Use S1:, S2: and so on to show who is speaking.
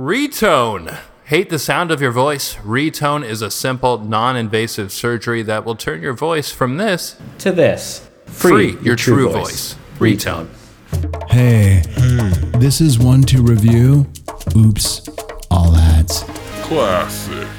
S1: Retone. Hate the sound of your voice? Retone is a simple, non invasive surgery that will turn your voice from this
S2: To this.
S1: free, your, true, voice. Retone.
S3: Hey, this is one to review. Oops, all ads.
S4: Classic.